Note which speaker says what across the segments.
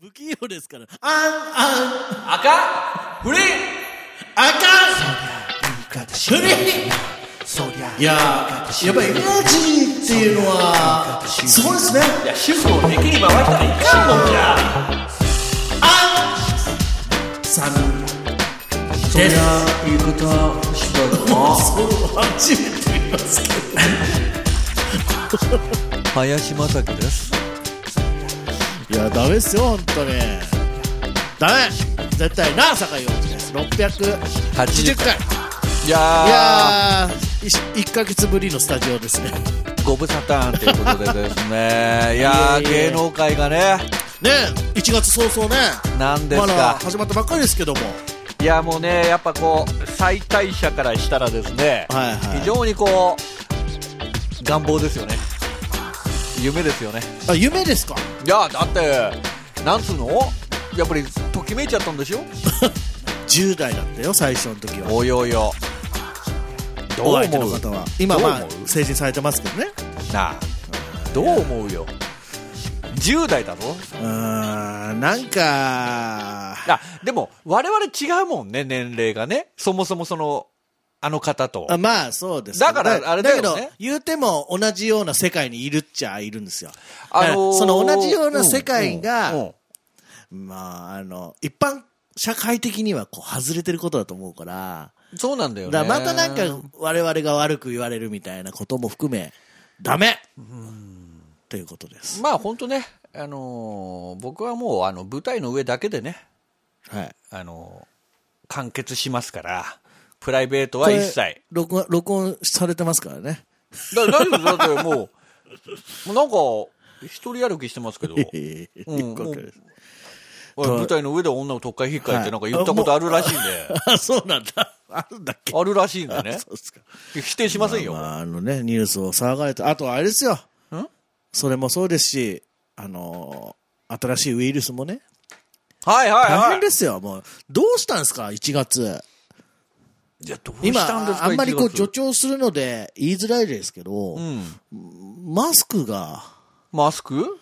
Speaker 1: 不器用ですから。あん、あん。
Speaker 2: 赤フリー
Speaker 1: あかんそりゃいやーやっぱ NHK っていうのはすごいですね
Speaker 2: いや、主婦を敵に回したらいかんもんじゃ。
Speaker 1: あさんです
Speaker 2: いうことは、しばら
Speaker 1: そう初めて見ますけど
Speaker 2: く林正樹です。
Speaker 1: いやダメですよ本当にダメ絶対な酒井陽一です680
Speaker 2: 80
Speaker 1: 回い
Speaker 2: いやー
Speaker 1: やー1か月ぶりのスタジオですね
Speaker 2: ご無沙汰ということでです ね。いやー
Speaker 1: いえいえ
Speaker 2: 芸能界がね、
Speaker 1: ねえ1月早々ね
Speaker 2: なんです
Speaker 1: まだ
Speaker 2: か。
Speaker 1: 始まったばっかりですけども
Speaker 2: いや、もうね、やっぱこう、最大者からしたらですね、
Speaker 1: はいはい
Speaker 2: 非常にこう、願望ですよね。夢ですよね。
Speaker 1: あ夢ですか
Speaker 2: いや、だって、なんつうのやっぱり、ときめいちゃったんでしょ
Speaker 1: 10代だったよ最初の時は
Speaker 2: およよ。ど
Speaker 1: お
Speaker 2: う
Speaker 1: 相手の
Speaker 2: 思う
Speaker 1: 方は今まあ
Speaker 2: どう思う
Speaker 1: 成人されてますけどね
Speaker 2: なあ、どう思うよ。10代だぞ。
Speaker 1: うーんなんか
Speaker 2: あ、でも、我々違うもんね、年齢がね。そもそもその、あの方と。
Speaker 1: あまあそうですけど
Speaker 2: だからあれだよね
Speaker 1: だけど言うても同じような世界にいるっちゃいるんですよ、
Speaker 2: あのー
Speaker 1: その同じような世界が、
Speaker 2: うんうんうん
Speaker 1: まああの一般社会的にはこう外れてることだと思うから
Speaker 2: そうなんだよ
Speaker 1: だ
Speaker 2: ね。
Speaker 1: からまたなんか我々が悪く言われるみたいなことも含めダメということです、
Speaker 2: まあ本当ね、あのー僕はもうあの舞台の上だけでね、
Speaker 1: はい、
Speaker 2: あのー完結しますから、プライベートは一切。
Speaker 1: 録音録音されてますからね
Speaker 2: だ大丈夫だってもう、もうなんか、一人歩きしてますけ ど、
Speaker 1: ええ
Speaker 2: うん
Speaker 1: よくわかります
Speaker 2: おい舞台の上で女を特会引っかいってなんか言ったことあるらしいんで、
Speaker 1: あそうなんだあるんだっけ
Speaker 2: あるらしいんで ね
Speaker 1: そ、うですか
Speaker 2: 否定しませんよ。
Speaker 1: まあ、あのね、ニュースを騒がれて、あとあれですよ。それもそうですし、あのー新しいウイルスもね、
Speaker 2: はいはい
Speaker 1: 大
Speaker 2: はい
Speaker 1: 変。ですよ。もう、どうしたんですか、1月。
Speaker 2: いやどう
Speaker 1: 今、
Speaker 2: したんですか
Speaker 1: あんまりこう、
Speaker 2: 1月
Speaker 1: 助長するので言いづらいですけど、マスクが、
Speaker 2: マスク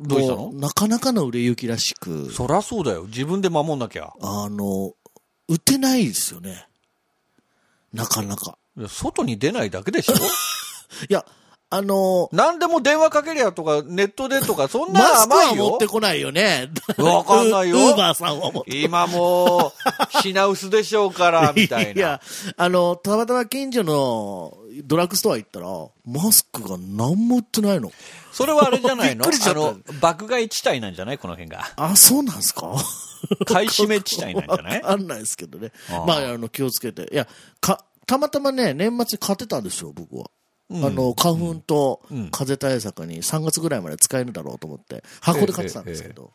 Speaker 2: どうした
Speaker 1: も
Speaker 2: の
Speaker 1: う、なかなかの売れ行きらしく、
Speaker 2: そりゃそうだよ。自分で守んなきゃ。
Speaker 1: あの、売ってないですよね。なかなか。
Speaker 2: いや外に出ないだけ でしょ
Speaker 1: いや、あの
Speaker 2: 何でも電話かけりゃとか、ネットでとか、そん
Speaker 1: マ
Speaker 2: な
Speaker 1: スク
Speaker 2: 甘
Speaker 1: はい持
Speaker 2: よ
Speaker 1: って。こないよね。
Speaker 2: わかんないよ
Speaker 1: ウーバーさんは持って
Speaker 2: 今もう、品薄でしょうから、みたい
Speaker 1: い
Speaker 2: な。
Speaker 1: や、あの、たまたま近所のドラッグストア行ったら、マスクが何も売ってないの。
Speaker 2: それはあれじゃない
Speaker 1: び
Speaker 2: の
Speaker 1: っくりしちゃ
Speaker 2: あ
Speaker 1: ったよ
Speaker 2: の、爆買い地帯なんじゃないこの辺が。
Speaker 1: あ、そうなんすか
Speaker 2: 買い占め地帯なんじゃない
Speaker 1: わかんないですけどね。
Speaker 2: ああ
Speaker 1: まあ、あの、気をつけて。いや、か、たまたまね、年末に買ってたんですよ、僕は。あの、花粉と風邪対策に3月ぐらいまで使えるだろうと思って、箱で買ってたんですけど。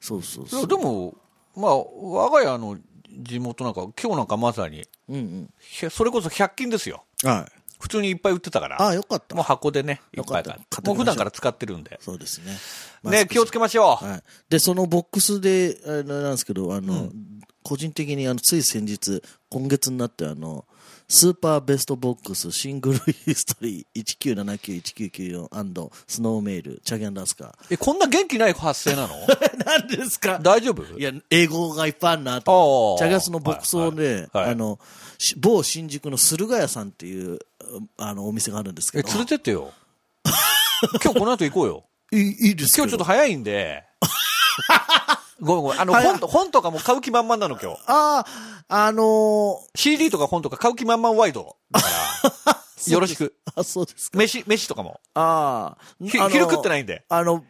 Speaker 1: そうそう
Speaker 2: い
Speaker 1: そ
Speaker 2: や
Speaker 1: う。
Speaker 2: でも、まあ、我が家の地元なんか、今日なんかまさに、
Speaker 1: うん
Speaker 2: ひゃそれこそ100均ですよ。
Speaker 1: うん。はい。
Speaker 2: 普通にいっぱい売ってたから。
Speaker 1: ああ、よかった
Speaker 2: もう。箱でね、いっぱい
Speaker 1: よ
Speaker 2: 買
Speaker 1: か
Speaker 2: っ
Speaker 1: ってた
Speaker 2: もう普段から使ってるんで。
Speaker 1: そうですね。マス
Speaker 2: ね、
Speaker 1: ク
Speaker 2: 気をつけましょう。
Speaker 1: はい、でそのボックスであれなんですけどあの、個人的にあのつい先日今月になってあのスーパーベストボックスシングルヒストリー1979-1994スノーメールチャゲンラスカ
Speaker 2: え、こんな元気ない発声なの
Speaker 1: ー何ですか
Speaker 2: 大丈夫
Speaker 1: いや英語がいっぱいあるなと
Speaker 2: あー
Speaker 1: チャゲラスのボックスをね、
Speaker 2: はいはい
Speaker 1: あのし某新宿の駿河屋さんっていうあのお店があるんです
Speaker 2: え、
Speaker 1: けど
Speaker 2: 連れてってよ。 今日この後行こう よ。
Speaker 1: いいいですけ
Speaker 2: 今
Speaker 1: ど
Speaker 2: 日ちょっと早いん で。ごめんごめん。あの、
Speaker 1: 早い
Speaker 2: 本と、本とかも買う気満々なの今日。
Speaker 1: あああのー
Speaker 2: CD とか本とか買う気満々ワイド。だから、 よろしく。
Speaker 1: あそうですか
Speaker 2: 飯、飯とかも。
Speaker 1: ああ。
Speaker 2: ひ
Speaker 1: あの
Speaker 2: 昼食ってないんで。
Speaker 1: あの、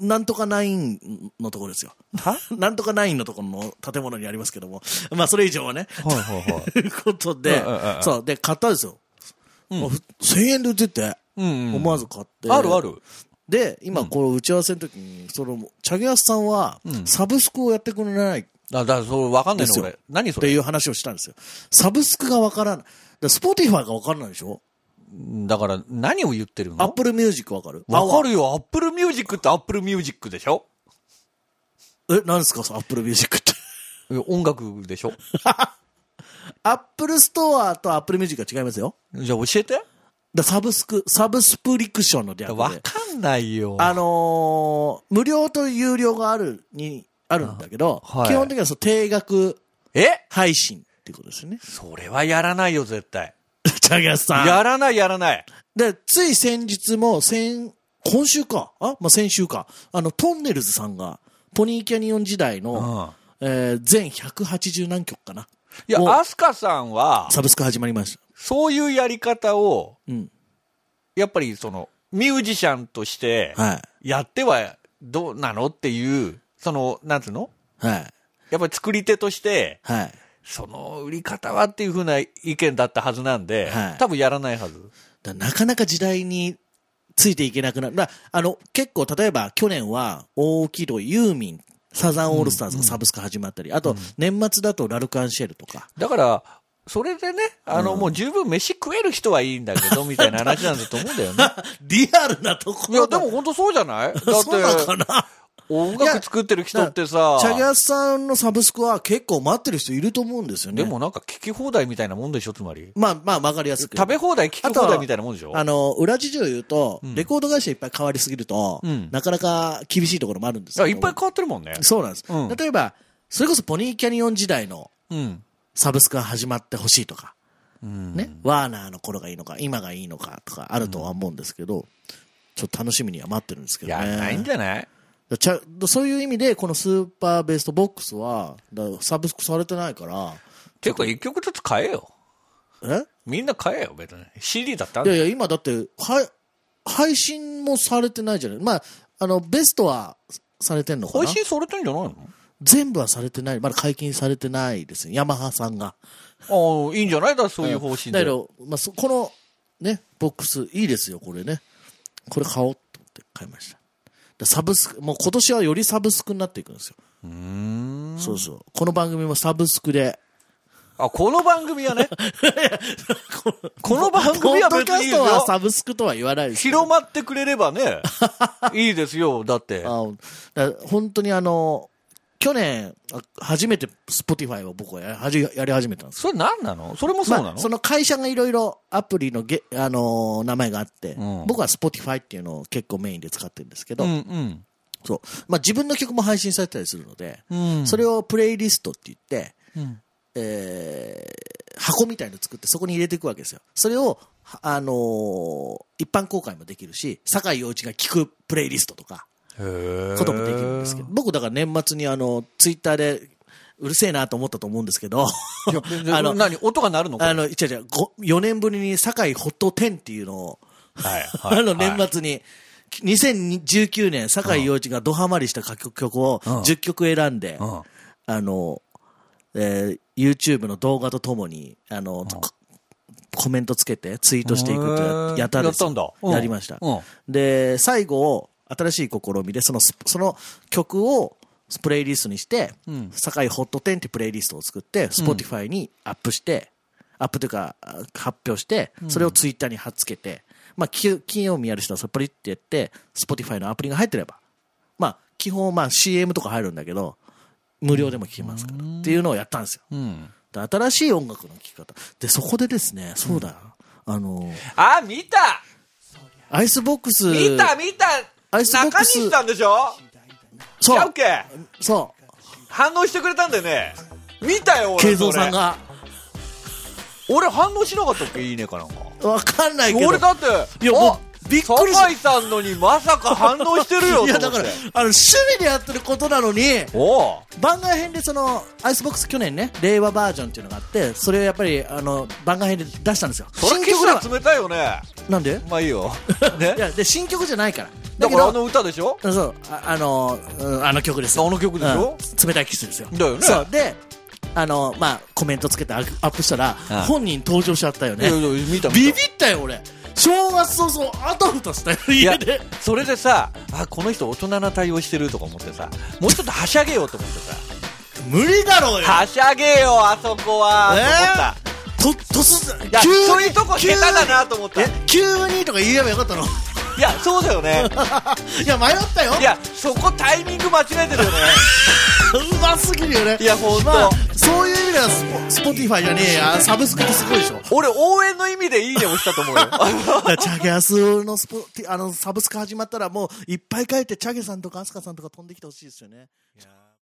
Speaker 1: なんとかナインのところですよ。 なんとかナインのところの建物にありますけども。まあ、それ以上はね。
Speaker 2: はいはいは い。
Speaker 1: ということで
Speaker 2: うんうんうんう、ん
Speaker 1: そう、で、買ったんですよ。もうふ1000円で売ってて、
Speaker 2: うん、うん。
Speaker 1: 思わず買って。
Speaker 2: あるあ。る。
Speaker 1: で、今、この打ち合わせの時に、その、チャゲアスさんは、サブスクをやってくれないっ
Speaker 2: あ、だから、そう、わかんない
Speaker 1: で
Speaker 2: の
Speaker 1: すよ
Speaker 2: 俺。何そ
Speaker 1: て
Speaker 2: れ。
Speaker 1: いう話をしたんですよ。サブスクがわからない。でスポーティファーがわからないでしょ
Speaker 2: だから、何を言ってる
Speaker 1: アッ
Speaker 2: の
Speaker 1: プルミュージックわかる
Speaker 2: わかるよ。アップルミュージックってアップルミュージックでしょ
Speaker 1: え、何ですかアップルミュージックって。
Speaker 2: いや音楽でし ょ
Speaker 1: アップルストアとアップルミュージックは違いますよ。
Speaker 2: じゃあ教えて。
Speaker 1: だサブスク、サブスプリクションの略で。
Speaker 2: わかんんないよ。
Speaker 1: あのー無料と有料があるに、あるんだけど、
Speaker 2: あはい
Speaker 1: 基本的にはそう定額
Speaker 2: え。
Speaker 1: 配信ってことですよね
Speaker 2: それはやらないよ、絶対。
Speaker 1: チャゲスさん。
Speaker 2: やらない、やらない。
Speaker 1: で、つい先日も、先、今週かあまあ、先週か。あの、トンネルズさんが、ポニーキャニオン時代の、えー全180何曲かな。
Speaker 2: いや、
Speaker 1: もう
Speaker 2: アスカさんは、
Speaker 1: サブスク始まりました。
Speaker 2: そういうやり方を、
Speaker 1: うん。
Speaker 2: やっぱりその、ミュージシャンとして、
Speaker 1: は
Speaker 2: やってはどうなのっていう、その、なんつうの
Speaker 1: い。はい。
Speaker 2: やっぱり作り手として、
Speaker 1: はい。
Speaker 2: その売り方はっていうふうな意見だったはずなんで、
Speaker 1: はい
Speaker 2: 多分やらないはず。
Speaker 1: だなかなか時代についていけなくなる。だあの、結構、例えば去年は大きいとユーミン、サザンオールスターズがサブスク始まったり、あと、年末だとラルカンシェルとか。
Speaker 2: だから、それでね、あの、もう十分飯食える人はいいんだけど、みたいな話なんだと思うんだよね。
Speaker 1: リアルなとこ
Speaker 2: いや、
Speaker 1: ろ
Speaker 2: で
Speaker 1: だ
Speaker 2: も本当そうじゃないだっ
Speaker 1: そうなのか
Speaker 2: て、
Speaker 1: な
Speaker 2: 音楽作ってる人ってさ
Speaker 1: チ、ャギアスさんのサブスクは結構待ってる人いると思うんですよね。
Speaker 2: でもなんか聞き放題みたいなもんでしょ、つまり。
Speaker 1: まあまあ、わかりやすく。
Speaker 2: 食べ放題、聞き放題みたいなもんでしょ
Speaker 1: あの、裏事情を言うと、レコード会社いっぱい変わりすぎると、
Speaker 2: うん
Speaker 1: なかなか厳しいところもあるんですけ
Speaker 2: あ
Speaker 1: ど。
Speaker 2: いっぱい変わってるもんね。
Speaker 1: そうなんです。
Speaker 2: うん
Speaker 1: 例えば、それこそポニーキャニオン時代の
Speaker 2: うん。
Speaker 1: サブスクが始まってほしいとか、
Speaker 2: うん
Speaker 1: ね、ワーナーの頃がいいのか、今がいいのかとかあるとは思うんですけど、ちょっと楽しみには待ってるんですけど
Speaker 2: や
Speaker 1: ね。
Speaker 2: らないんじゃない
Speaker 1: だちゃそういう意味で、このスーパーベーストボックスは、だサブスクされてないから、
Speaker 2: ていうか、一曲ずつ買えよ。
Speaker 1: え
Speaker 2: みんな買えよ、別に。CD だった
Speaker 1: い
Speaker 2: んだ
Speaker 1: や
Speaker 2: よ。
Speaker 1: いや、今だって、は配信もされてないじゃない。まあ、あの、ベストはされてんのかな
Speaker 2: 配信されてんじゃない
Speaker 1: 全部はされてない。まだ解禁されてないですね。ヤマハさんが。
Speaker 2: のああ、いいんじゃないだ、そういう方針
Speaker 1: だ
Speaker 2: で。
Speaker 1: けど、まあ、そこの、ね、ボックス、いいですよ、これね。これ買おうと思って買いました。だサブスク、もう今年はよりサブスクになっていくんですよ。
Speaker 2: うーん。
Speaker 1: そうそう。この番組もサブスクで。
Speaker 2: あ、この番組 はね。この番
Speaker 1: ポ
Speaker 2: 組は
Speaker 1: ッド
Speaker 2: 別
Speaker 1: キャ
Speaker 2: にいい
Speaker 1: ス
Speaker 2: です
Speaker 1: トは
Speaker 2: よ。
Speaker 1: サブスクとは言わないですけど
Speaker 2: 広まってくれれ ばね、いいですよ、だって。
Speaker 1: あだから本当にあの、去年、あ初めて Spotify を僕はやはじやり始めたんですよ
Speaker 2: それ何なのそれもそうな
Speaker 1: ま
Speaker 2: の
Speaker 1: あ、その会社がいろいろアプリのげ、あのー名前があって、
Speaker 2: うん
Speaker 1: 僕は Spotify っていうのを結構メインで使ってるんですけど、
Speaker 2: うんうん。
Speaker 1: そう。まあ自分の曲も配信されたりするので、
Speaker 2: うん
Speaker 1: それをプレイリストって言って、
Speaker 2: うん
Speaker 1: えー箱みたいの作ってそこに入れていくわけですよ。それを、はあのー一般公開もできるし、酒井陽一が聴くプレイリストとか、
Speaker 2: へー
Speaker 1: こともできるんですけど、僕だから年末にあの、ツイッターで、うるせえなと思ったと思うんですけど、
Speaker 2: いや全然
Speaker 1: あの
Speaker 2: 何音が鳴るのこれ
Speaker 1: あの、違う違う、ご4年ぶりに堺ホット10っていうのを、
Speaker 2: はいは
Speaker 1: あ
Speaker 2: い
Speaker 1: の
Speaker 2: はい
Speaker 1: 年末に、2019年、堺陽一がドハマりした楽曲を
Speaker 2: うん
Speaker 1: 10曲選んで、
Speaker 2: うん
Speaker 1: あの、えー YouTube の動画とともに、あの、こコメントつけてツイートしていくって
Speaker 2: へー
Speaker 1: ややったんですよ
Speaker 2: やったんだうん
Speaker 1: やりました。
Speaker 2: うん
Speaker 1: で、最後、新しい試みで、そのス、その曲を、プレイリストにして、
Speaker 2: ん
Speaker 1: 堺ホット10ってプレイリストを作って、Spotify にアップして、アップというか、あ発表して、それをツイッターに貼っつけて、まあ、き金曜日やる人はそっぱりってやって、Spotify のアプリが入ってれば、まあ、基本、まあ、CM とか入るんだけど、無料でも聴けますから、っていうのをやったんですよ。
Speaker 2: うん
Speaker 1: で新しい音楽の聴き方。で、そこでですね、そうだ、あの、
Speaker 2: あ、見た
Speaker 1: アイスボックス、
Speaker 2: 見た見た
Speaker 1: アイスボッ
Speaker 2: 中
Speaker 1: クス
Speaker 2: 西さんでしょキ
Speaker 1: そ
Speaker 2: ャ
Speaker 1: う
Speaker 2: ウ、ケ
Speaker 1: そ
Speaker 2: 反応してくれたんだよね見た
Speaker 1: う、
Speaker 2: よ俺
Speaker 1: 慶三さんが、
Speaker 2: それ俺反応しなかったっけいいねかなんか
Speaker 1: わかんないけど。
Speaker 2: 俺だって
Speaker 1: いやもうびっくりした
Speaker 2: 酒井さんのにまさか反応してる よ
Speaker 1: いや、
Speaker 2: と思
Speaker 1: だ
Speaker 2: っ
Speaker 1: か
Speaker 2: て
Speaker 1: ら、あの、趣味でやってることなのに、
Speaker 2: おう
Speaker 1: 番外編でその、アイスボックス去年ね、令和バージョンっていうのがあって、それをやっぱり、あの、番外編で出したんですよ。
Speaker 2: それ
Speaker 1: 新曲だ
Speaker 2: 岸
Speaker 1: か
Speaker 2: 田冷たいよね
Speaker 1: らなんで
Speaker 2: まあい いよね
Speaker 1: いや、で、新曲じゃないから。
Speaker 2: だ
Speaker 1: だ
Speaker 2: か
Speaker 1: け
Speaker 2: ら
Speaker 1: ど、
Speaker 2: あの歌でしょ
Speaker 1: そう、ああの、うんあの曲ですよ。
Speaker 2: あの曲でしょ
Speaker 1: うん冷たいキスですよ。
Speaker 2: だよね
Speaker 1: そう、で、あの、まあ、コメントつけてアップしたら、
Speaker 2: ああ
Speaker 1: 本人登場しちゃったよ
Speaker 2: いや
Speaker 1: ね
Speaker 2: い。や見た見
Speaker 1: ビ
Speaker 2: た
Speaker 1: ビったよ、俺。正月早々、あたふたしたよ、
Speaker 2: いや
Speaker 1: 家で。
Speaker 2: それでさあこの人大人な対応してるとか思ってさもうちょっとはしゃげようと思ってさ
Speaker 1: 無理だろうよ。
Speaker 2: はしゃげよあそこはと思った、
Speaker 1: と、突然、
Speaker 2: いや
Speaker 1: 急に
Speaker 2: そういうとこ下手だなと思った
Speaker 1: 急にえ、急にとか言えばよかった の
Speaker 2: いやそうだよね
Speaker 1: いや、迷ったよ。
Speaker 2: いやそこタイミング間違えてるよね
Speaker 1: うままずすぎるよね。
Speaker 2: いやほんと
Speaker 1: まあ、そういう意味ではスポ、スポティファイじゃねえや、サブスクってすごいでしょ。
Speaker 2: 俺、応援の意味でいいね押したと思うよ。
Speaker 1: だからチャゲアスのスポティ、あの、サブスク始まったらもういっぱい書いて、チャゲさんとかアスカさんとか飛んできてほしいですよね。
Speaker 2: いやー